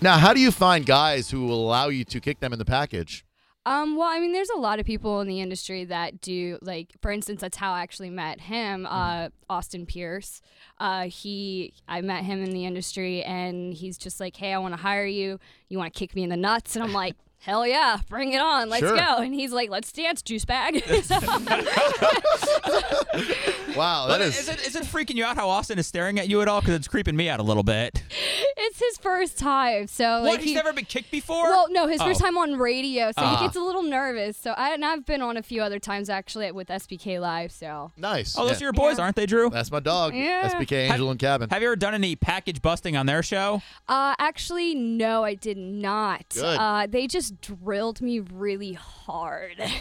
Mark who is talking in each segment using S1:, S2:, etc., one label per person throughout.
S1: Now, how do you find guys who will allow you to kick them in the package?
S2: Um, well, I mean, there's a lot of people in the industry that do like, for instance, that's how I actually met him,
S3: Mm-hmm.
S2: uh, Austin Pierce. Uh, he, I met him in the industry, and he's just like, "Hey, I want to hire you. You want to kick me in the nuts?" And I'm like. Hell yeah, bring it on. Let's
S1: Sure.
S2: go. And he's like, let's dance, juice bag. So-
S1: Wow, Oh, that
S3: But
S1: is.
S3: is it is it freaking you out how Austin is staring at you at all? Because it's creeping me out a little bit.
S2: it's his first time. So
S3: what?
S2: like
S3: He's
S2: he-
S3: never been kicked before.
S2: Well, no, his first
S3: Oh.
S2: time on radio, so
S3: Ah.
S2: he gets a little nervous. So I and I've been on a few other times actually with SBK Live. So
S1: nice.
S3: Oh, those
S1: Yeah.
S3: are your boys, aren't they, Drew?
S1: That's my dog.
S2: Yeah.
S1: SBK Angel and Cabin.
S3: Have you ever done any package busting on their show?
S2: uh, actually, no, I did not.
S1: Good.
S2: Uh, they just drilled me really hard.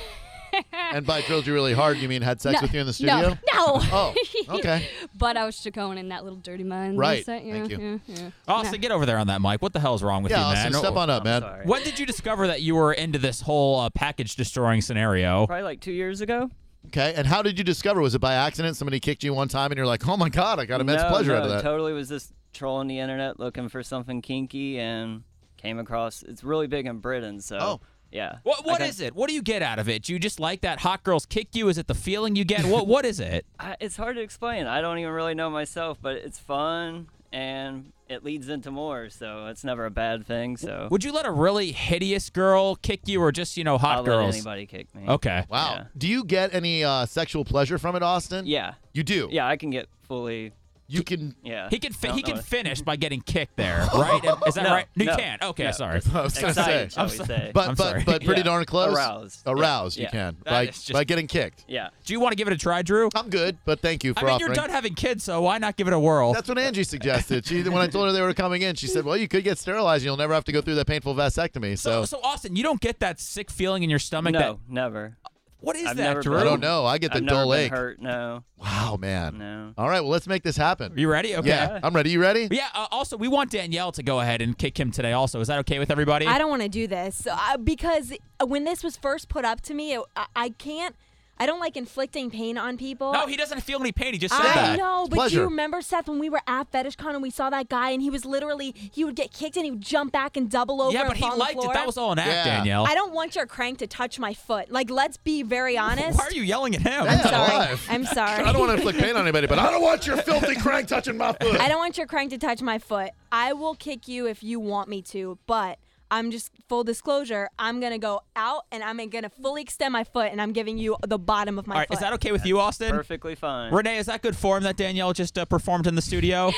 S1: and by drilled you really hard, you mean had sex
S2: No,
S1: with you in the studio?
S2: No. no.
S1: Oh, okay.
S2: But I was Chacoan in that little dirty mind.
S1: Right.
S2: mindset,
S1: Thank
S2: yeah,
S1: you.
S2: Yeah, yeah.
S3: Austin,
S2: No.
S3: get over there on that mic. What the hell's wrong with
S1: yeah,
S3: you, man?
S1: Austin, step on up, man.
S4: Sorry.
S3: When did you discover that you were into this whole uh, package destroying scenario?
S4: Probably like two years ago.
S1: Okay, and how did you discover? Was it by accident? Somebody kicked you one time, and you're like, "Oh my god, I got immense
S4: no,
S1: pleasure
S4: no,
S1: out of that."
S4: Totally was just trolling the internet looking for something kinky and came across. It's really big in Britain, so
S1: Oh.
S4: yeah.
S3: What What is
S4: I kin-
S3: it? What do you get out of it? Do you just like that hot girls kick you? Is it the feeling you get? What What is it?
S4: I, it's hard to explain. I don't even really know myself, but it's fun and it leads into more, so it's never a bad thing. So
S3: Would you let a really hideous girl kick you, or just you know hot
S4: I'll let
S3: girls?
S4: anybody kick me.
S3: Okay.
S1: Wow.
S4: Yeah.
S1: Do you get any uh, sexual pleasure from it, Austin?
S4: Yeah.
S1: You do.
S4: Yeah, I can get fully.
S1: You can.
S4: Yeah.
S3: He can fi-
S4: I
S3: he
S4: don't know
S3: can
S4: if-
S3: finish by getting kicked there, right? Is that
S4: No,
S3: right? No, you
S4: no,
S3: can't. Okay,
S4: no.
S3: sorry.
S1: I was gonna say.
S4: Excited, shall
S3: I'm
S4: we
S3: so-
S4: say.
S1: But
S3: I'm
S1: but
S3: sorry.
S1: but pretty
S4: Yeah.
S1: darn close.
S4: Aroused. Yeah.
S1: Aroused. You
S4: Yeah.
S1: can
S3: That
S1: by
S3: is just-
S1: by getting kicked.
S4: yeah.
S3: Do you want to give it a try, Drew?
S1: I'm good, but thank you for
S3: I mean,
S1: offering.
S3: you're done having kids, so why not give it a whirl?
S1: That's what Angie suggested. She when I told her they were coming in, she said, "Well, you could get sterilized. and You'll never have to go through that painful vasectomy."
S3: so,
S1: So,
S3: so Austin, you don't get that sick feeling in your stomach.
S4: no,
S3: That,
S4: never.
S3: what is
S4: I've
S3: that,
S4: never
S3: Drew?
S1: I don't know. I get the
S4: I've never
S1: dull
S4: been
S1: ache.
S4: hurt. No.
S1: Wow, man.
S4: No.
S1: All right, well, let's make this happen.
S3: You ready? Okay.
S1: Yeah, I'm ready. You ready?
S3: Yeah, uh, also, we want Danielle to go ahead and kick him today, also. Is that okay with everybody?
S5: I don't want to do this uh, because when this was first put up to me, it, I, I can't. I don't like inflicting pain on people.
S3: No, he doesn't feel any pain. He just said
S5: I
S3: that.
S5: know, but do
S1: pleasure.
S5: you remember Seth when we were at FetishCon and we saw that guy and he was literally he would get kicked and he would jump back and double over.
S3: Yeah,
S5: and
S3: but he
S5: fall on the
S3: liked it.
S5: floor?
S3: That was all an act,
S1: Yeah.
S3: Danielle.
S5: I don't want your crank to touch my foot. Like, let's be very honest.
S3: Why are you yelling at him?
S1: Yeah.
S5: Sorry.
S1: alive?
S5: I'm sorry.
S1: I don't want to inflict pain on anybody, but I don't want your filthy crank touching my foot.
S5: I don't want your crank to touch my foot. I will kick you if you want me to, but I'm just full disclosure. I'm gonna go out and I'm gonna fully extend my foot, and I'm giving you the bottom of my
S3: All right,
S5: foot.
S3: is that okay with you, Austin?
S4: Perfectly fine.
S3: Renee, is that good form that Danielle just uh, performed in the studio?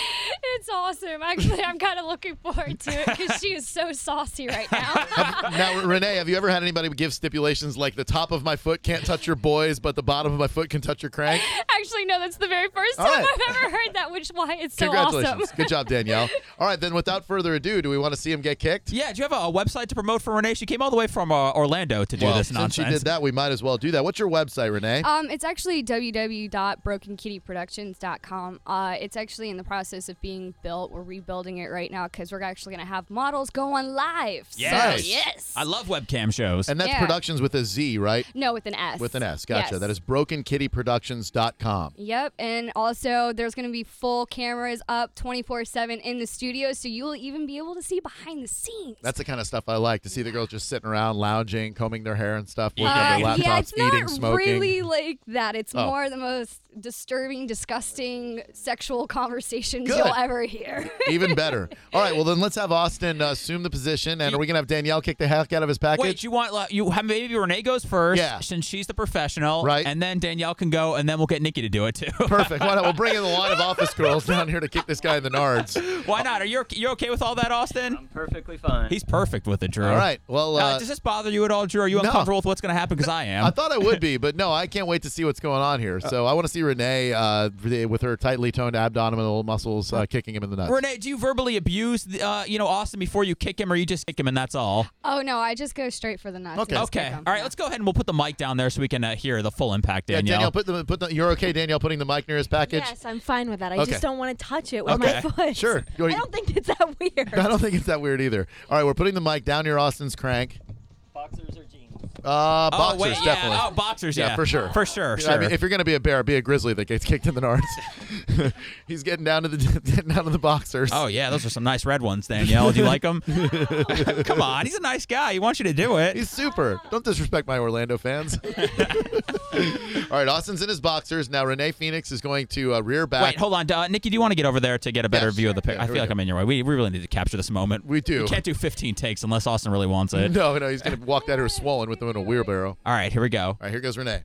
S2: It's awesome. Actually, I'm kind of looking forward to it because she is so saucy right now.
S1: Now, Renee, have you ever had anybody give stipulations like the top of my foot can't touch your boys, but the bottom of my foot can touch your crank?
S2: Actually, no, that's the very first
S1: All
S2: time
S1: right.
S2: I've ever heard that, which why it's so awesome.
S1: Congratulations. Good job, Danielle. All right, then without further ado, do we want to see him get kicked?
S3: yeah, do you have a, a website to promote for Renee? She came all the way from uh, Orlando to do
S1: Well,
S3: this
S1: since
S3: nonsense.
S1: she did that, we might as well do that. What's your website, Renee?
S3: Oh,
S2: Um, it's actually www.brokenkittyproductions.com. Uh, it's actually in the process of being built. We're rebuilding it right now because we're actually going to have models go on live. So,
S3: Yes.
S2: yes.
S3: I love webcam shows.
S1: and that's
S2: yeah.
S1: productions with a Z, right?
S2: no, with an S.
S1: With an S. Gotcha.
S2: Yes.
S1: That is brokenkittyproductions.com.
S2: Yep, and also there's going to be full cameras up 24/7 in the studio, so you'll even be able to see behind the scenes.
S1: That's the kind of stuff I like to see the girls just sitting around, lounging, combing their hair and stuff, working
S2: Uh,
S1: on their laptops,
S2: yeah, it's
S1: eating,
S2: not
S1: smoking.
S2: really like that. It's
S1: Oh.
S2: more the most disturbing, disgusting sexual conversations
S1: Good.
S2: you'll ever hear.
S1: Even better. All right, well then let's have Austin uh, assume the position, and are we gonna have Danielle kick the heck out of his package?
S3: Wait, you want like, you have maybe Renee goes first,
S1: Yeah.
S3: since she's the professional,
S1: Right.
S3: And then Danielle can go, and then we'll get Nikki to do it too.
S1: Perfect. Why not? We'll bring in the line of office girls down here to kick this guy in the nards.
S3: Why not? Are you you okay with all that, Austin?
S4: I'm perfectly fine.
S3: He's perfect with it, Drew.
S1: All right. Well,
S3: Uh,
S1: uh,
S3: does this bother you at all, Drew? Are you
S1: No.
S3: uncomfortable with what's going to happen? Because I am.
S1: I thought I would be, but no, I can't wait to see what's going on here. So I want to see Renee uh, with her tightly toned abdominal muscles uh, kicking him in the nuts.
S3: Renee, do you verbally abuse, the- uh, you know, Austin before you kick him, or you just kick him and that's all?
S2: Oh no, I just go straight for the nuts.
S1: Okay. Let's
S3: okay. All right. Let's go ahead and we'll put the mic down there so we can uh, hear the full impact,
S1: yeah,
S3: Danielle.
S1: Danielle, put the put the. You're okay, Danielle, putting the mic near his package.
S5: Yes, I'm fine with that. I
S1: Okay.
S5: just don't want to touch it with
S3: Okay.
S5: my foot.
S1: Sure. You
S5: I
S1: wanna-
S5: don't think it's that weird.
S1: I don't think it's that weird either. All right, we're putting the mic down near Austin's crank.
S4: Boxers or jeans?
S1: Uh,
S3: oh,
S1: boxers
S3: wait, yeah.
S1: definitely.
S3: Oh, boxers,
S1: Yeah,
S3: yeah.
S1: for sure.
S3: For sure,
S1: Yeah,
S3: sure.
S1: I mean, if you're gonna be a bear, be a grizzly that gets kicked in the nards. He's getting down to the getting down to the boxers.
S3: oh, yeah. Those are some nice red ones, Danielle. Do you like them? Come on. He's a nice guy. He wants you to do it.
S1: He's super. Don't disrespect my Orlando fans. All right, Austin's in his boxers now. Renee Phoenix is going to uh, rear back.
S3: Wait, hold on. Uh, Nikki, do you want to get over there to get a better
S1: Yeah,
S3: view of the
S1: sure.
S3: picture?
S1: Yeah,
S3: I
S1: here
S3: feel
S1: we
S3: like
S1: go.
S3: I'm in your way. We really need to capture this moment.
S1: We do.
S3: We can't do 15 takes unless Austin really wants it.
S1: No, no, he's gonna walk down here swollen with them in a wheelbarrow. All
S3: All right, here we go.
S1: right, here goes Renee.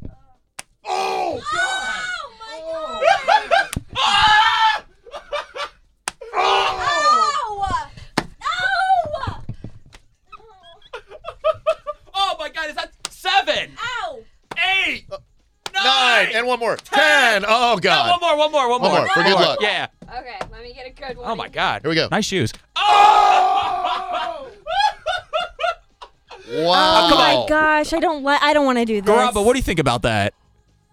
S3: Oh, my God. Is that seven?
S5: Ow!
S3: Eight?
S1: Uh, Nine and one more. Ten. Oh God.
S3: One more, one more, one,
S1: One more, for good luck.
S3: Yeah.
S2: Okay, let me get a good one.
S3: Oh, my God.
S1: Here we go.
S3: Nice shoes.
S1: Wow.
S5: Oh my gosh, I don't like. I don't want to do this.
S3: Garaba, what do you think about that?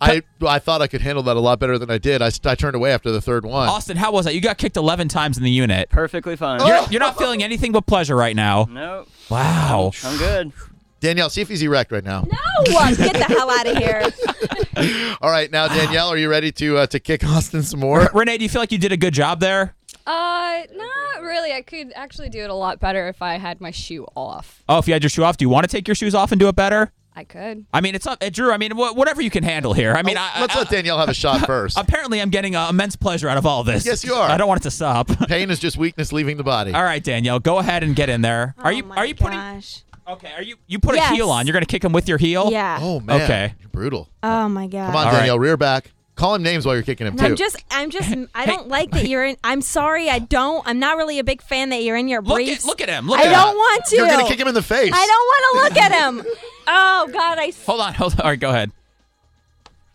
S1: I I thought I could handle that a lot better than I did. I, I turned away after the third one.
S3: Austin, how was that? You got kicked 11 times in the unit.
S4: Perfectly fine.
S3: You're, you're not feeling anything but pleasure right now.
S4: Nope,
S3: Wow.
S4: I'm good.
S1: Danielle, see if he's erect right now.
S5: No, get the hell out of here.
S1: All right, now
S3: Ah.
S1: Danielle, are you ready to uh, to kick Austin some more?
S3: Renee, do you feel like you did a good job there?
S2: Uh, not really. I could actually do it a lot better if I had my shoe off.
S3: Oh, if you had your shoe off, do you want to take your shoes off and do it better?
S2: I could.
S3: I mean, it's up, uh, Drew. I mean, wh- whatever you can handle here. I mean, I,
S1: Oh, Let's
S3: I-
S1: let Danielle have a shot first.
S3: apparently I'm getting uh, immense pleasure out of all this.
S1: Yes, you are.
S3: I don't want it to stop.
S1: Pain is just weakness leaving the body.
S3: all right, Danielle, go ahead and get in there. Are you
S5: Oh my
S3: are you putting?
S5: Gosh.
S3: Okay, are you you put
S5: Yes.
S3: a heel on? You're gonna kick him with your heel?
S5: Yeah.
S1: Oh man.
S3: Okay.
S1: You're brutal.
S5: Oh my god.
S1: Come on,
S3: All right.
S1: Danielle, rear back. Call him names while you're kicking him
S5: And
S1: too.
S5: I'm just, I'm just, I don't like that you're in. I'm sorry, I don't. I'm not really a big fan that you're in your
S3: Look
S5: briefs.
S3: at look at him. Look
S5: I
S3: at
S5: don't
S3: him.
S5: want to.
S1: you're gonna kick him in the face.
S5: I don't want to look at him. Oh God, I.
S3: Hold on, hold on. All right, go ahead.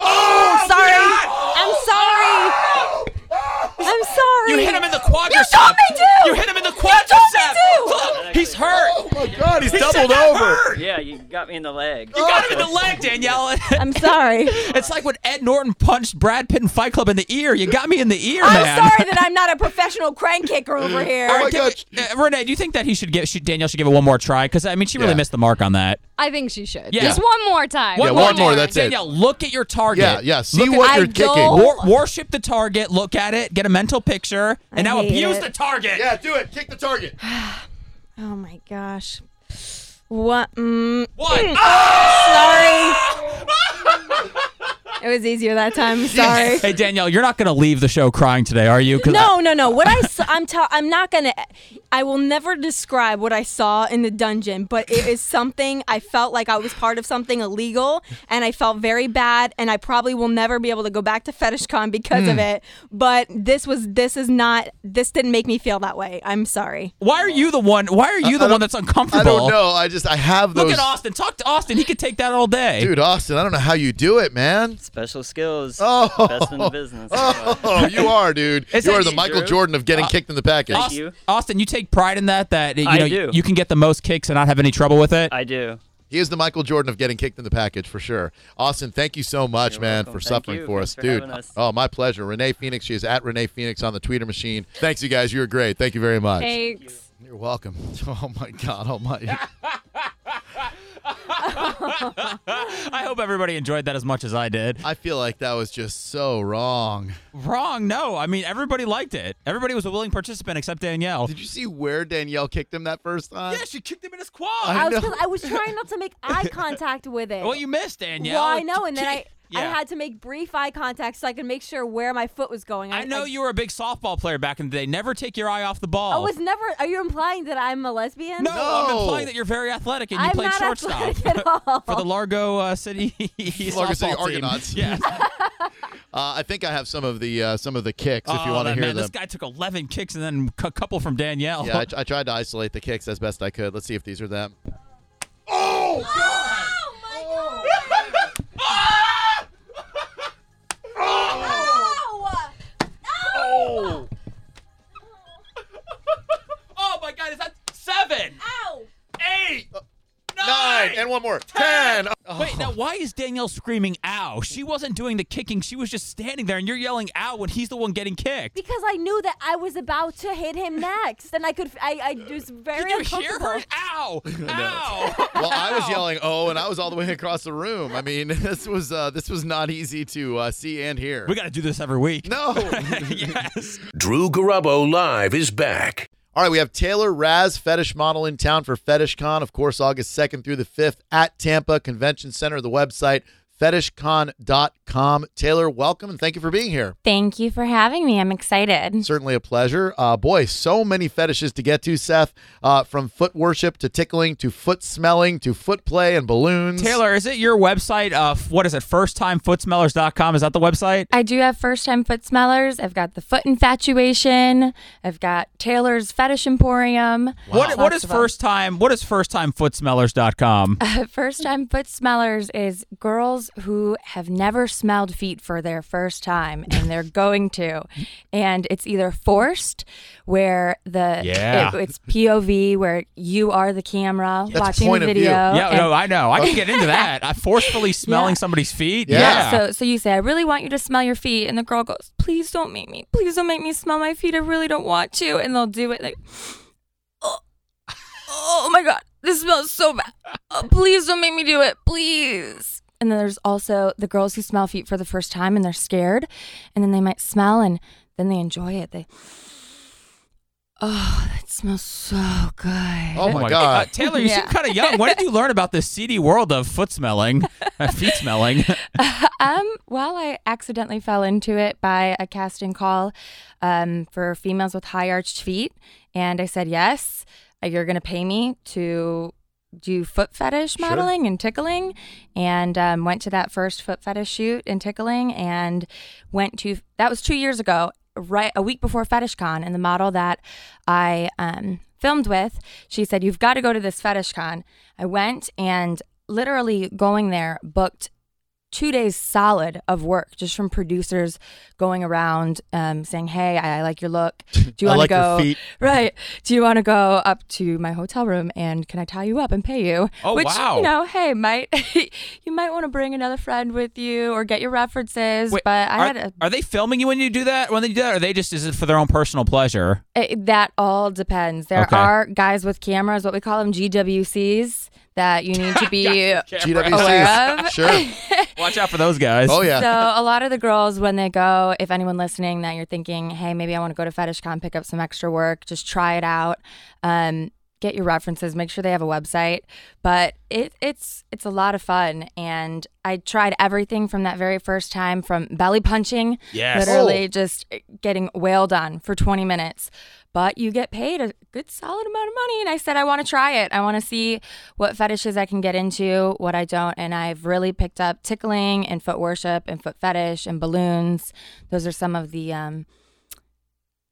S5: am sorry. I'm sorry. I'm sorry.
S3: You hit him in the quadricep.
S5: You told me to.
S3: You hit him in the
S5: me
S3: quadricep.
S5: to.
S3: Look, he's hurt.
S1: Oh my God, he's
S3: He said
S1: doubled
S3: that
S1: over.
S3: hurt.
S4: Yeah, you got me in the leg.
S3: You
S5: Oh.
S3: got him in the leg, Danielle.
S5: I'm sorry.
S3: it's like when Ed Norton punched Brad Pitt in Fight Club in the ear. You got me in the ear,
S5: I'm
S3: man.
S5: sorry that I'm not a professional crank kicker over here.
S3: All right,
S1: Oh my
S3: give it- uh, Renee, do you think that he should give should, Danielle should give it one more try? Because I mean, she really
S1: Yeah.
S3: missed the mark on that.
S2: I think she should.
S3: Yeah.
S2: Just one more time.
S1: Yeah, one more, that's it.
S3: Danielle, look at your target.
S1: Yeah, yeah. See
S3: Look at-
S1: what
S5: I
S1: you're
S5: don't-
S1: kicking.
S3: Wor- worship the target. Look at it. Get a mental picture, and
S5: I
S3: now
S5: hate
S3: abuse
S5: it.
S3: the target.
S1: Yeah, do it. Kick the target.
S5: Oh my gosh. What? Mm,
S3: What? Ah!
S5: sorry. it was easier that time. Sorry.
S3: Hey Danielle, you're not gonna leave the show crying today, are you? 'Cause
S5: No, no, no. What I saw, I'm tell, I'm not gonna. I will never describe what I saw in the dungeon, but it is something I felt like I was part of something illegal, and I felt very bad, and I probably will never be able to go back to Fetish Con because of it. But this was, this is not, this didn't make me feel that way. I'm sorry.
S3: I- why are you the one? Why are you the one that's
S1: I
S3: uncomfortable?
S1: don't know. I just I have those.
S3: Look at Austin. Talk to Austin. He could take that all day.
S1: Dude, Austin, I don't know how you do it, man.
S4: Special skills.
S1: Oh.
S4: Best in the business.
S1: Oh, you are, dude.
S3: It's
S1: you are
S3: like-
S1: the Michael
S4: Drew? Uh,
S1: Jordan of getting kicked in the package.
S4: Thank
S3: Aus-
S4: you.
S3: Austin, you take pride in that. That you
S4: I
S3: know
S4: do.
S3: you can get the most kicks and not have any trouble with it.
S4: I do.
S1: He is the Michael Jordan of getting kicked in the package for sure. Austin, thank you so much,
S4: You're
S1: man,
S4: welcome.
S1: for
S4: Thank
S1: suffering
S4: you.
S1: for
S4: Thanks
S1: us,
S4: for
S1: dude.
S4: having us.
S1: Oh, my pleasure. Renee Phoenix. She is at Renee Phoenix on the Twitter machine. Thanks, you guys. You're great. Thank you very much.
S2: Thanks.
S1: You're welcome. Oh my God, Almighty.
S3: I hope everybody enjoyed that as much as I did.
S1: I feel like that was just so wrong.
S3: Wrong. No, I mean everybody liked it. Everybody was a willing participant except Danielle.
S1: Did you see where Danielle kicked him that first time?
S3: yeah, she kicked him in his quad.
S1: I
S5: I was,
S1: know.
S5: 'cause I was trying not to make eye contact with it.
S3: well, you missed Danielle.
S5: Well, I know, and then I. I
S3: Yeah.
S5: had to make brief eye contact so I could make sure where my foot was going.
S3: I know you were a big softball player back in the day. Never take your eye off the ball.
S5: I was never. Are you implying that I'm a lesbian?
S3: no, I'm
S1: No.
S3: implying that you're very athletic and you
S5: I'm
S3: played
S5: not
S3: shortstop
S5: athletic at all.
S3: for the Largo uh, City
S1: Largo City
S3: softball team.
S1: Argonauts.
S3: Yes.
S1: Uh, I think I have some of the uh, some of the kicks if you
S3: Oh,
S1: want to
S3: man,
S1: hear
S3: man,
S1: them.
S3: this guy took 11 kicks and then a couple from Danielle.
S1: yeah, I, I tried to isolate the kicks as best I could. Let's see if these are them.
S3: oh my God, is that seven? Eight.
S1: Nine and one more. Ten.
S3: Wait, now why is Danielle screaming ow? She wasn't doing the kicking, she was just standing there and you're yelling ow when he's the one getting kicked.
S6: Because I knew that I was about to hit him next, and I could, I, I was very
S3: Did you hear
S6: uncomfortable.
S3: her? Ow! Ow!
S1: Well, I was
S3: Ow!
S1: yelling "oh," and I was all the way across the room. I mean, this was uh, this was not easy to uh, see and hear.
S3: We got to do this every week.
S1: no.
S3: yes.
S7: Drew Garabo Live is back.
S1: All right, we have Taylor Raz, fetish model in town for Fetish Con, of course, August 2nd through the 5th at Tampa Convention Center. The website, fetishcon.com. Taylor, welcome and thank you for being here.
S6: Thank you for having me. I'm excited.
S1: Certainly a pleasure. Uh, boy, so many fetishes to get to, Seth, uh, from foot worship to tickling to foot smelling to foot play and balloons.
S3: Taylor, is it your website? Uh, f- what is it? Firsttimefootsmellers.com. Is that the website?
S6: I do have first time foot smellers. I've got the foot infatuation. I've got Taylor's Fetish Emporium.
S3: What What is
S6: Lots of Oh,
S3: first time? What is firsttimefootsmellers.com?
S6: First time foot smellers is girls who have never smelled feet for their first time and they're going to. And it's either forced, where the
S3: Yeah.
S6: it- it's POV, where you are the camera
S1: That's
S6: watching
S1: point
S6: the
S1: of view.
S6: video.
S3: yeah,
S6: and-
S3: no, I know. I can get into that. I forcefully smelling
S6: Yeah.
S3: somebody's feet.
S1: Yeah.
S6: Yeah. So so you say, I really want you to smell your feet, and the girl goes, Please don't make me. Please don't make me smell my feet. I really don't want to. And they'll do it like, Oh, oh my god, this smells so bad. Oh, please don't make me do it. Please. And then there's also the girls who smell feet for the first time and they're scared, and then they might smell and then they enjoy it. They. Oh, that smells so good.
S1: Oh, my
S3: Uh,
S1: God.
S3: Taylor, you seem
S6: Yeah.
S3: kind of young. When did you learn about this seedy world of foot smelling, uh, feet smelling?
S6: um, well, I accidentally fell into it by a casting call um, for females with high arched feet, and I said yes. uh, You're going to pay me to do foot fetish
S1: Sure.
S6: modeling and tickling, and um, went to that first foot fetish shoot and tickling, and went to that was two years ago, right a week before Fetish Con, and the model that I um, filmed with, she said, "You've got to go to this Fetish Con." I went and literally going there booked two days solid of work just from producers going around um, saying, "Hey, I, I like your look. Do you
S1: I
S6: want
S1: like
S6: to
S1: your
S6: go?
S1: feet."
S6: Right? Do you want to go up to my hotel room and can I tie you up and pay you?"
S3: Oh,
S6: Which
S3: wow.
S6: you know, hey, might you might want to bring another friend with you or get your references.
S3: Wait,
S6: but I
S3: are,
S6: had a,
S3: are they filming you when you do that? When they do that, or are they just is it for their own personal pleasure?
S6: It, that all depends. There
S3: Okay.
S6: are guys with cameras, what we call them GWCs, that you need to be. Oh, Aware
S1: GWCs.
S6: of.
S1: Sure.
S3: Watch out for those guys.
S1: Oh, yeah.
S6: So a lot of the girls, when they go, if anyone listening that you're thinking, hey, maybe I want to go to Fetish Con, pick up some extra work, just try it out. Um, get your references, make sure they have a website. But it, it's it's a lot of fun, and I tried everything from that very first time, from belly punching,
S3: Yes.
S1: Oh.
S6: literally just eh, getting wailed on for 20 minutes. But you get paid a good solid amount of money. And I said, I want to try it. I want to see what fetishes I can get into, what I don't. And I've really picked up tickling and foot worship and foot fetish and balloons. Those are some of the um,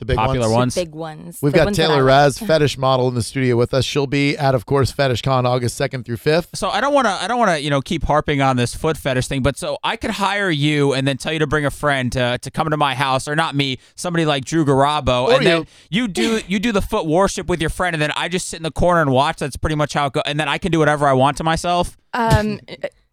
S1: The big
S3: Popular
S1: ones.
S3: one. Ones.
S6: big ones.
S1: We've
S6: the
S1: got
S6: ones that
S1: Taylor
S6: I-
S1: Raz, fetish model, in the studio with us. She'll be at, of course, Fetish Con August 2nd through 5th.
S3: So I don't want to. I don't want to. You know, keep harping on this foot fetish thing. But so I could hire you and then tell you to bring a friend to, to come to my house, or not me, somebody like Drew Garabo,
S1: Or
S3: and then you do you do the foot worship with your friend, and then I just sit in the corner and watch. That's pretty much how it goes. And then I can do whatever I want to myself.
S6: Um,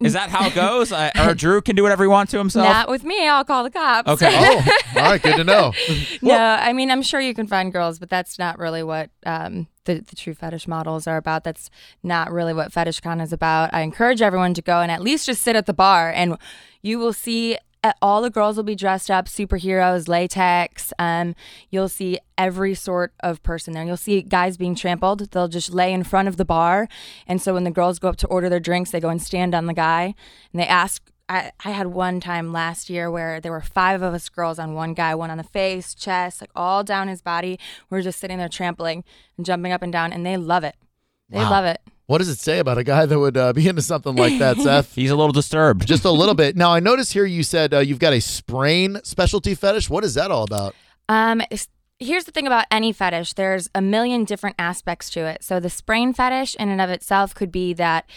S3: Is that how it goes? I, or Drew can do whatever he wants to himself.
S6: not with me. I'll call the cops.
S3: Okay.
S1: Oh, all right. Good to know.
S6: no, I mean, I'm sure you can find girls, but that's not really what um, the, the true fetish models are about. That's not really what Fetish Con is about. I encourage everyone to go and at least just sit at the bar, and you will see uh, all the girls will be dressed up superheroes, latex. Um, you'll see every sort of person there. You'll see guys being trampled. They'll just lay in front of the bar. And so when the girls go up to order their drinks, they go and stand on the guy and they ask I, I had one time last year where there were five of us girls on one guy, one on the face, chest, like all down his body. We're just sitting there trampling and jumping up and down, and they love it. They love it.
S1: What does it say about a guy that would uh, be into something like that, Seth?
S3: He's a little disturbed.
S1: Just a little bit. Now, I notice here you said uh, you've got a sprain specialty fetish. What is that all about?
S6: Um, s- here's the thing about any fetish. There's a million different aspects to it. So the sprain fetish in and of itself could be that,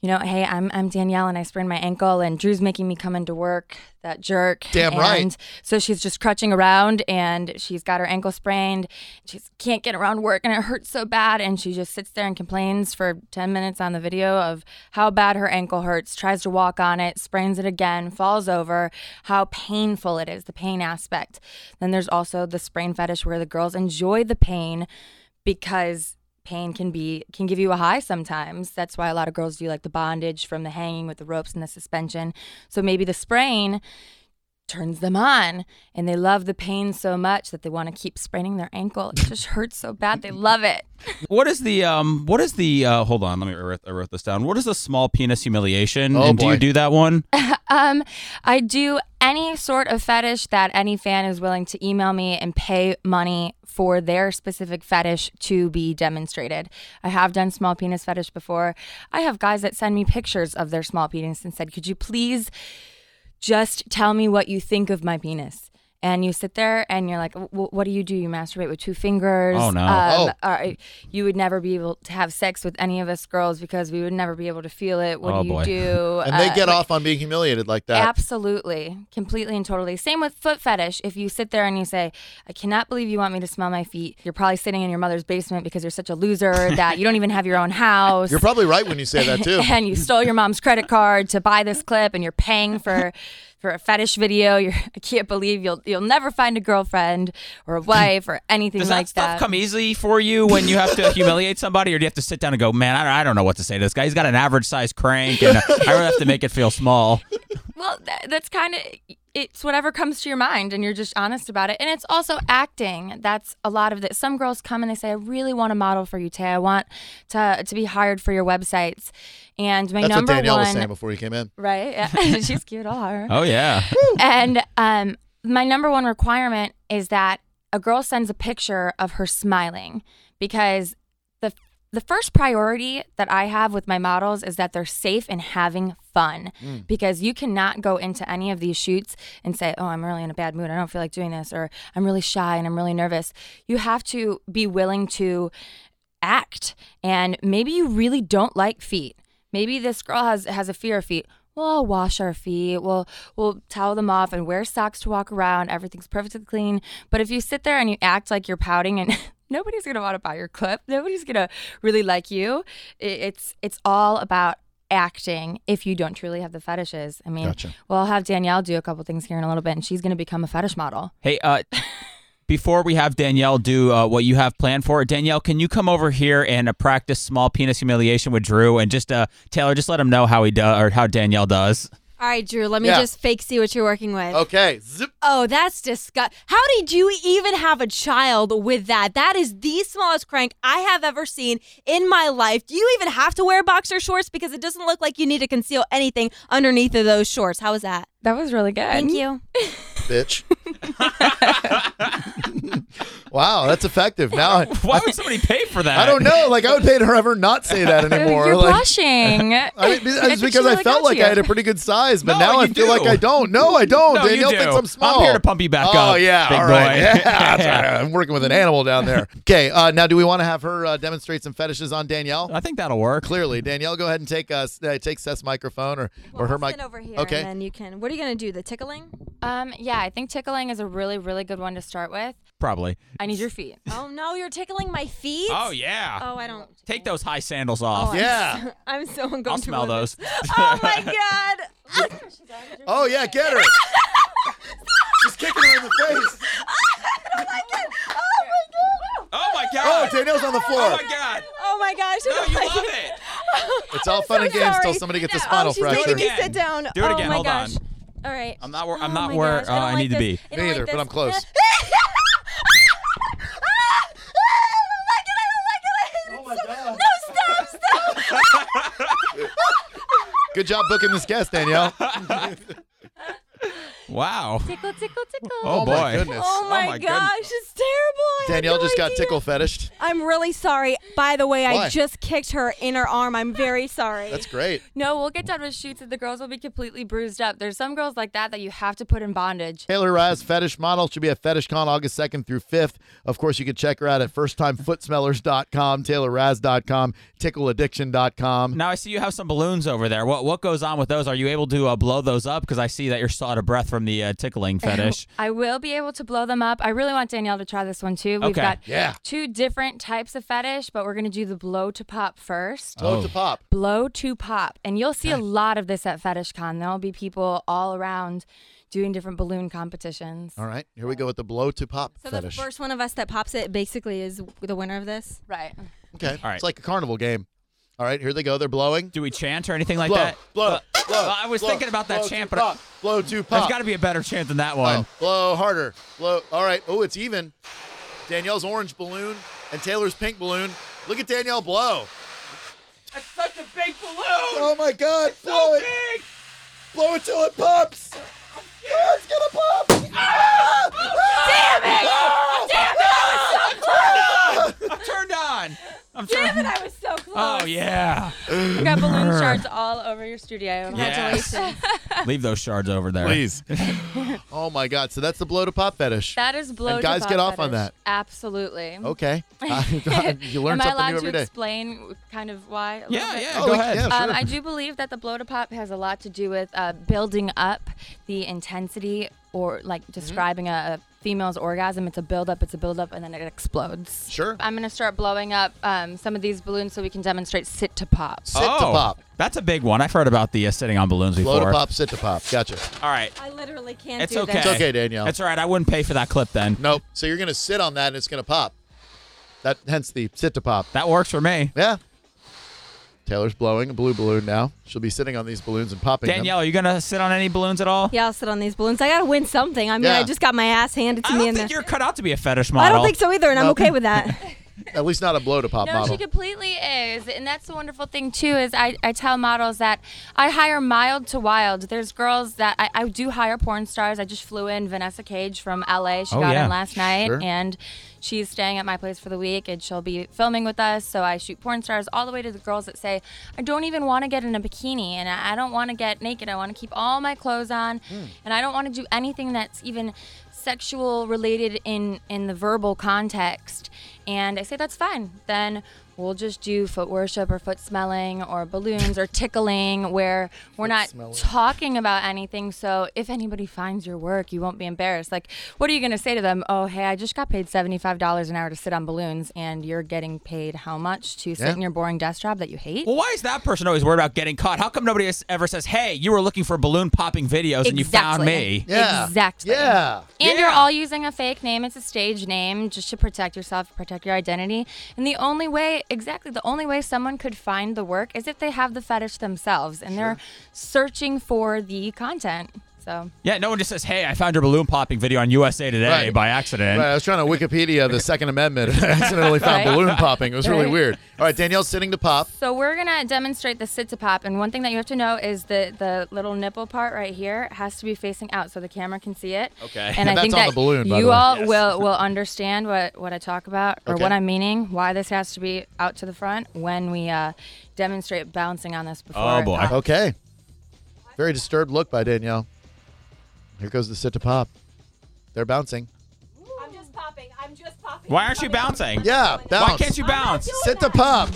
S6: you know, hey, I'm I'm Danielle and I sprained my ankle and Drew's making me come into work. That jerk.
S1: Damn right.
S6: And So she's just crutching around and she's got her ankle sprained. She can't get around work and it hurts so bad. And she just sits there and complains for 10 minutes on the video of how bad her ankle hurts, tries to walk on it, sprains it again, falls over, how painful it is, the pain aspect. Then there's also the sprain fetish where the girls enjoy the pain because pain can be can give you a high sometimes that's why a lot of girls do like the bondage from the hanging with the ropes and the suspension so maybe the sprain turns them on and they love the pain so much that they want to keep spraining their ankle it just hurts so bad they love it
S3: What is the um? What is the uh? Hold on, let me. I wrote, I wrote this down. What is the small penis humiliation?
S1: Oh,
S3: and do
S1: boy.
S3: you do that one?
S6: um i do any sort of fetish that any fan is willing to email me and pay money for their specific fetish to be demonstrated i have done small penis fetish before i have guys that send me pictures of their small penis and said could you please just tell me what you think of my penis. And you sit there and you're like, "W- what do you do? You masturbate with two fingers.
S3: Oh, no.
S6: Um, are- you would never be able to have sex with any of us girls because we would never be able to feel it. What
S3: Oh,
S6: do you
S3: boy.
S6: do?
S1: And they
S6: Uh,
S1: get
S6: like-
S1: off on being humiliated like that.
S6: Absolutely. Completely and totally. Same with foot fetish. If you sit there and you say, I cannot believe you want me to smell my feet, you're probably sitting in your mother's basement because you're such a loser that you don't even have your own house.
S1: You're probably right when you say that too.
S6: and you stole your mom's credit card to buy this clip and you're paying for for a fetish video you're i can't believe you'll you'll never find a girlfriend or a wife or anything
S3: Does
S6: like
S3: that stuff come easy for you when you have to humiliate somebody, or do you have to sit down and go, man, I don't, I don't know what to say to this guy. He's got an average size crank, and I really have to make it feel small.
S6: well that, that's kind of it's whatever comes to your mind and you're just honest about it and it's also acting that's a lot of it some girls come and they say i really want to model for you tay i want to to be hired for your websites and my
S1: That's what
S6: number
S1: Danielle
S6: one
S1: was saying before you came in.
S6: right Yeah. she's cute all her
S3: Oh yeah,
S6: and um, my number one requirement is that a girl sends a picture of her smiling because the the first priority that I have with my models is that they're safe and having fun because you cannot go into any of these shoots and say, "Oh, I'm really in a bad mood. I don't feel like doing this," or "I'm really shy and I'm really nervous." You have to be willing to act and maybe you really don't like feet maybe this girl has has a fear of feet well I'll wash our feet we'll we'll towel them off and wear socks to walk around everything's perfectly clean but if you sit there and you act like you're pouting and nobody's gonna want to buy your clip nobody's gonna really like you I- it's it's all about acting if you don't truly have the fetishes i mean
S1: Gotcha.
S6: well i'll have danielle do a couple things here in a little bit and she's gonna become a fetish model
S3: Hey, uh, before we have Danielle do uh, what you have planned for, Danielle, can you come over here and uh, practice small penis humiliation with Drew and just uh, Taylor, just let him know how he does or how Danielle does.
S8: All right, Drew, let me
S1: Yeah.
S8: just fake see what you're working with.
S1: Okay. Zip.
S8: Oh, that's disgust. How did you even have a child with that? That is the smallest crank I have ever seen in my life. Do you even have to wear boxer shorts because it doesn't look like you need to conceal anything underneath of those shorts? How was that?
S6: that was really good
S8: Thank you.
S1: bitch. wow, that's effective. Now I,
S3: Why would somebody pay for that?
S1: I don't know. Like I would pay to ever not say that anymore.
S6: you're
S1: like,
S6: blushing
S1: I mean, it's because I felt like I had a pretty good size, but
S3: No,
S1: now I
S3: you
S1: feel like
S3: do.
S1: I don't. No, I don't.
S3: No, you
S1: Danielle
S3: do.
S1: thinks I'm
S3: I'm
S1: small.
S3: here to pump you back
S1: oh,
S3: up,
S1: yeah.
S3: big
S1: all right.
S3: boy.
S1: Yeah, that's right. I'm working with an animal down there. Okay. Uh, now, do we want to have her uh, demonstrate some fetishes on Danielle?
S3: I think that'll work.
S1: Clearly, Danielle, go ahead and take us uh, take Seth's microphone or, or her
S8: I'll
S1: mic.
S8: stand over here,
S1: Okay.
S8: and then you can. What are you gonna do? The tickling?
S6: Um, yeah, I think tickling is a really, really good one to start with.
S3: Probably.
S6: I need your feet.
S8: Oh no, you're tickling my feet.
S3: Oh yeah.
S8: Oh, I don't.
S3: Take those high sandals off.
S8: Oh,
S1: Yeah.
S8: I'm so uncomfortable.
S3: I'll smell
S8: with this.
S3: those.
S8: Oh my god.
S1: Oh yeah, get her. She's kicking her in the face.
S3: Oh my
S1: Oh,
S3: god.
S1: Danielle's on the floor.
S3: Oh my god.
S8: Oh my gosh.
S3: No, you love it.
S1: It's all fun
S8: I'm
S1: and games till
S8: sorry.
S1: somebody gets a
S8: No, oh,
S1: spinal
S8: she's
S1: fracture.
S8: making me
S3: Do it
S8: sit down.
S3: Do it
S8: oh
S3: again.
S8: my
S3: Hold on.
S8: gosh. All right.
S3: I'm not where- I'm
S8: Oh
S3: not
S8: my
S3: where,
S8: gosh,
S3: uh,
S8: don't
S3: I
S8: like
S3: need to
S8: this.
S3: be.
S8: I don't
S1: Me
S8: like
S1: either, but
S8: this. Ah!
S1: I'm close.
S8: I don't like it. I don't like it. I hate it. No, stop, stop.
S1: Good job booking this guest, Danielle.
S3: Wow.
S6: Tickle, tickle, tickle.
S3: Oh,
S1: my
S3: boy.
S1: goodness.
S8: Oh my,
S3: my goodness.
S8: gosh, it's terrible. I had
S1: Danielle
S8: no
S1: just got
S8: idea.
S1: tickle fetished.
S5: I'm really sorry. By the way,
S1: Why?
S5: I just kicked her in her arm. I'm very sorry.
S1: That's great.
S6: No, we'll get done with shoots and the girls will be completely bruised up. There's some girls like that that you have to put in bondage.
S1: Taylor Raz, fetish model, should be at FetishCon August 2nd through 5th. Of course, you can check her out at firsttimefootsmellers.com, taylorraz.com, tickleaddiction.com.
S3: Now I see you have some balloons over there. What what goes on with those? Are you able to uh, blow those up? Because I see that you're still out of breath from the uh, tickling fetish.
S6: I will be able to blow them up. I really want Danielle to try this one too. We've
S3: Okay.
S6: got
S1: Yeah.
S6: two different types of fetish, but we're going to do the blow to pop first.
S1: Slow
S3: Oh.
S1: to pop.
S6: blow to pop. And you'll see a lot of this at Fetish Con. There'll be people all around doing different balloon competitions.
S1: All right, here we go with the blow to pop
S5: so
S1: fetish.
S5: the first one of us that pops it basically is the winner of this.
S6: Right.
S1: okay,
S3: All right.
S1: it's like a carnival game. All right, here they go. They're blowing.
S3: Do we chant or anything like
S1: blow,
S3: that? Uh,
S1: blow,
S3: Well,
S1: blow.
S3: I was
S1: blow,
S3: thinking about that
S1: blow
S3: chant,
S1: to
S3: but
S1: pop, blow to
S3: there's
S1: pop.
S3: got to be a better chant than that
S1: blow,
S3: one.
S1: Oh, blow harder. Blow. All right. Oh, it's even. Danielle's orange balloon and Taylor's pink balloon. Look at Danielle blow.
S4: That's such a big balloon.
S1: Oh my God! Blow it. Blow it till it pops. Ah, it's gonna pop. Ah! Damn it!
S3: I'm turned on. I'm turned.
S6: But I was so close.
S3: Oh yeah.
S6: You got balloon shards all over your studio.
S3: Yes. Leave those shards over there.
S1: Please. oh my God! So that's the blow to pop fetish.
S6: That is blow.
S1: And
S6: to
S1: guys
S6: pop
S1: get off on
S6: fetish.
S1: that.
S6: Absolutely.
S1: Okay. you learn
S6: Am I
S1: something
S6: allowed
S1: new
S6: to
S1: every day.
S6: explain kind of why? a little
S3: Yeah,
S6: bit?
S3: yeah.
S1: Oh,
S3: go
S1: we-
S3: ahead.
S1: yeah,
S6: Um,
S1: sure.
S6: I do believe that the blow to pop has a lot to do with uh, building up the intensity or like
S1: Mm-hmm.
S6: describing a, a female's orgasm. It's a build up, it's a build up, and then it explodes.
S1: Sure.
S6: I'm going to start blowing up um, some of these balloons so we can demonstrate sit to pop.
S1: Sit to
S3: Oh,
S1: pop.
S3: That's a big one. I've heard about the uh, sitting on balloons
S1: Blow
S3: before.
S1: to pop. Sit to pop. Gotcha.
S3: All right.
S5: I literally can't
S3: It's
S5: do
S3: okay.
S5: this.
S1: It's okay, Danielle.
S3: That's all right. I wouldn't pay for that clip then.
S1: Nope. So you're gonna sit on that and it's gonna pop. That hence the sit to pop.
S3: That works for me.
S1: Yeah. Taylor's blowing a blue balloon now. She'll be sitting on these balloons and popping
S3: Danielle, are you gonna sit on any balloons at all?
S5: Yeah, I'll sit on these balloons. I gotta win something. I mean,
S1: Yeah.
S5: I just got my ass handed to
S3: I
S5: me
S3: don't
S5: in
S3: think
S5: the.
S3: you're cut out to be a fetish
S5: I
S3: model.
S5: don't think so either, and I'm
S1: No.
S5: okay with that.
S1: them. At least not a blow to pop
S6: No,
S1: model.
S6: she completely is. And that's the wonderful thing, too, is I, I tell models that I hire mild to wild. There's girls that I, I do hire porn stars. I just flew in Vanessa Cage from LA. She
S3: Oh,
S6: got
S3: yeah.
S6: in last night,
S1: Sure.
S6: and she's staying at my place for the week, and she'll be filming with us. So I shoot porn stars all the way to the girls that say, I don't even want to get in a bikini, and I, I don't want to get naked. I want to keep all my clothes on, and I don't want to do anything that's even sexual related in in the verbal context and i say that's fine then we'll just do foot worship or foot smelling or balloons or tickling where we're not talking about anything so if anybody finds your work you won't be embarrassed like what are you going to say to them oh hey i just got paid $75 an hour to sit on balloons and you're getting paid how much to sit
S1: Yeah.
S6: in your boring desk job that you hate
S3: Well, why is that person always worried about getting caught? How come nobody has- ever says, "Hey, you were looking for balloon popping videos and you found
S6: Exactly.
S3: me"?
S1: yeah.
S6: Exactly.
S1: Yeah.
S6: And you're
S3: Yeah.
S6: all using a fake name. It's a stage name just to protect yourself, protect your identity. And the only way, exactly, the only way someone could find the work is if they have the fetish themselves and they're searching for the content. So,
S3: Yeah, no one just says, "Hey, I found your balloon popping video on USA Today
S1: Right.
S3: by accident."
S1: Right, I was trying to Wikipedia the Second Amendment and I accidentally found
S6: Right.
S1: balloon popping. It was really
S6: Right.
S1: weird. All right, Danielle's sitting to pop.
S6: so we're gonna demonstrate the sit to pop. And one thing that you have to know is the the little nipple part right here has to be facing out so the camera can see it.
S3: Okay.
S6: And I
S1: That's
S6: think
S1: on
S6: that
S1: the balloon, by
S6: you
S1: the way.
S6: all will will understand what what I talk about or
S1: Okay.
S6: what I'm meaning. Why this has to be out to the front when we uh, demonstrate bouncing on this before.
S3: Oh,
S6: it
S3: boy.
S6: pops.
S1: Okay. Very disturbed look by Danielle. Here goes the sit to pop. They're bouncing.
S5: I'm just popping. I'm just popping.
S3: Why aren't you bouncing?
S1: Yeah, bounce.
S3: Why can't you bounce?
S1: sit to pop?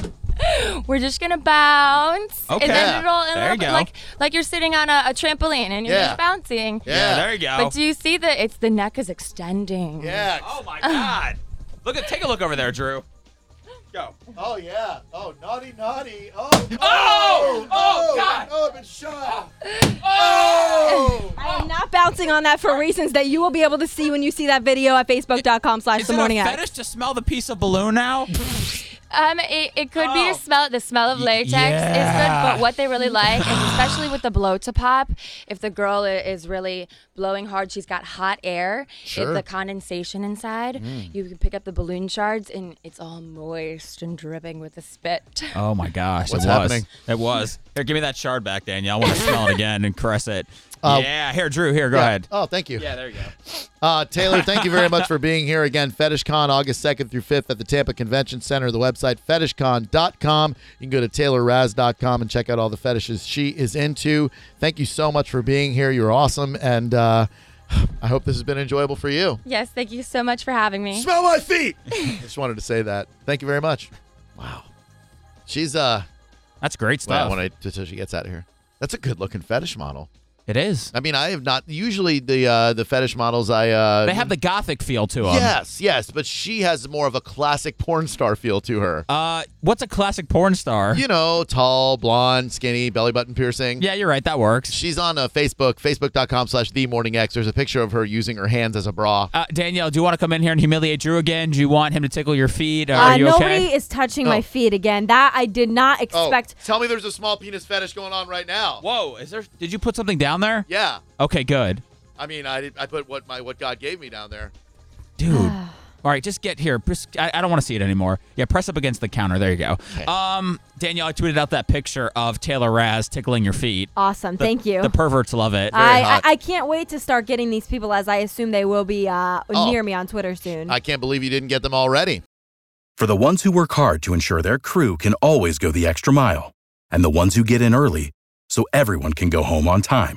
S6: We're just gonna bounce.
S3: Okay.
S6: And
S1: Yeah.
S6: then it'll, it'll
S3: There you go.
S6: like like you're sitting on a, a trampoline and you're
S1: Yeah.
S6: just bouncing.
S3: Yeah,
S1: Yeah.
S3: there you go.
S6: But do you see that it's the neck is extending?
S1: Yeah.
S3: oh my God! Look at, take a look over there, Drew. Go.
S1: Oh yeah. Oh naughty naughty. Oh.
S3: Oh! Oh, God.
S1: Oh, I've been shot. Oh.
S5: I am not bouncing on that for reasons that you will be able to see when you see that video at facebook.com slash
S3: Is
S5: the
S3: it
S5: morning
S3: a
S5: act.
S3: fetish to smell the piece of balloon now?
S6: Um, it, it could be
S3: Oh.
S6: a smell. The smell of latex
S3: yeah.
S6: is good, but what they really like, is especially with the blow to pop, if the girl i- is really blowing hard, she's got hot air.
S1: Sure.
S6: If the condensation inside,
S3: Mm.
S6: you can pick up the balloon shards, and it's all moist and dripping with the spit.
S3: Oh my gosh!
S1: What's
S3: it was.
S1: happening?
S3: It was. Here, give me that shard back, Danielle. I want to smell it again and caress it.
S1: Uh,
S3: yeah, here, Drew, here, go
S1: yeah.
S3: ahead.
S1: Oh, thank you.
S4: Yeah, there you go.
S1: Uh, Taylor, thank you very much for being here again. FetishCon, August 2nd through 5th at the Tampa Convention Center. The website, fetishcon.com. You can go to taylorraz.com and check out all the fetishes she is into. Thank you so much for being here. You're awesome. And uh, I hope this has been enjoyable for you.
S6: Yes, thank you so much for having me.
S1: Smell my feet. I just wanted to say that. Thank you very much. Wow. She's, uh,
S3: That's great
S1: well,
S3: stuff.
S1: when I, until she gets out of here. That's a good looking fetish model.
S3: it is.
S1: I mean, I have not, usually the, uh, the fetish models I, uh,
S3: They have the gothic feel to them.
S1: Yes, yes, but she has more of a classic porn star feel to her.
S3: Uh, what's a classic porn star?
S1: You know, tall, blonde, skinny, belly button piercing.
S3: yeah, you're right. That works.
S1: She's on uh, Facebook, facebook.com slash the morning X. There's a picture of her using her hands as a bra.
S3: Uh, Danielle, do you want to come in here and humiliate Drew again? Do you want him to tickle your feet? Are
S8: Uh,
S3: you
S8: nobody
S3: okay?
S8: is touching
S1: Oh.
S8: my feet again. That I did not expect.
S1: tell me there's a small penis fetish going on right now.
S3: Whoa, is there? Did you put something down there?
S1: Yeah.
S3: Okay, good,
S1: I mean, I, did, I put what my what God gave me down there.
S3: dude. All right, just get here. Pres- I, I don't want to see it anymore. Yeah, press up against the counter. There you go. Um, Danielle, I tweeted out that picture of Taylor Raz tickling your feet.
S8: Awesome.
S3: The-
S8: Thank you.
S3: The perverts love it.
S8: I, I
S1: hot.
S8: I can't wait to start getting these people as I assume they will be uh,
S1: Oh.
S8: near me on Twitter soon.
S1: I can't believe you didn't get them already.
S9: For the ones who work hard to ensure their crew can always go the extra mile, and the ones who get in early so everyone can go home on time,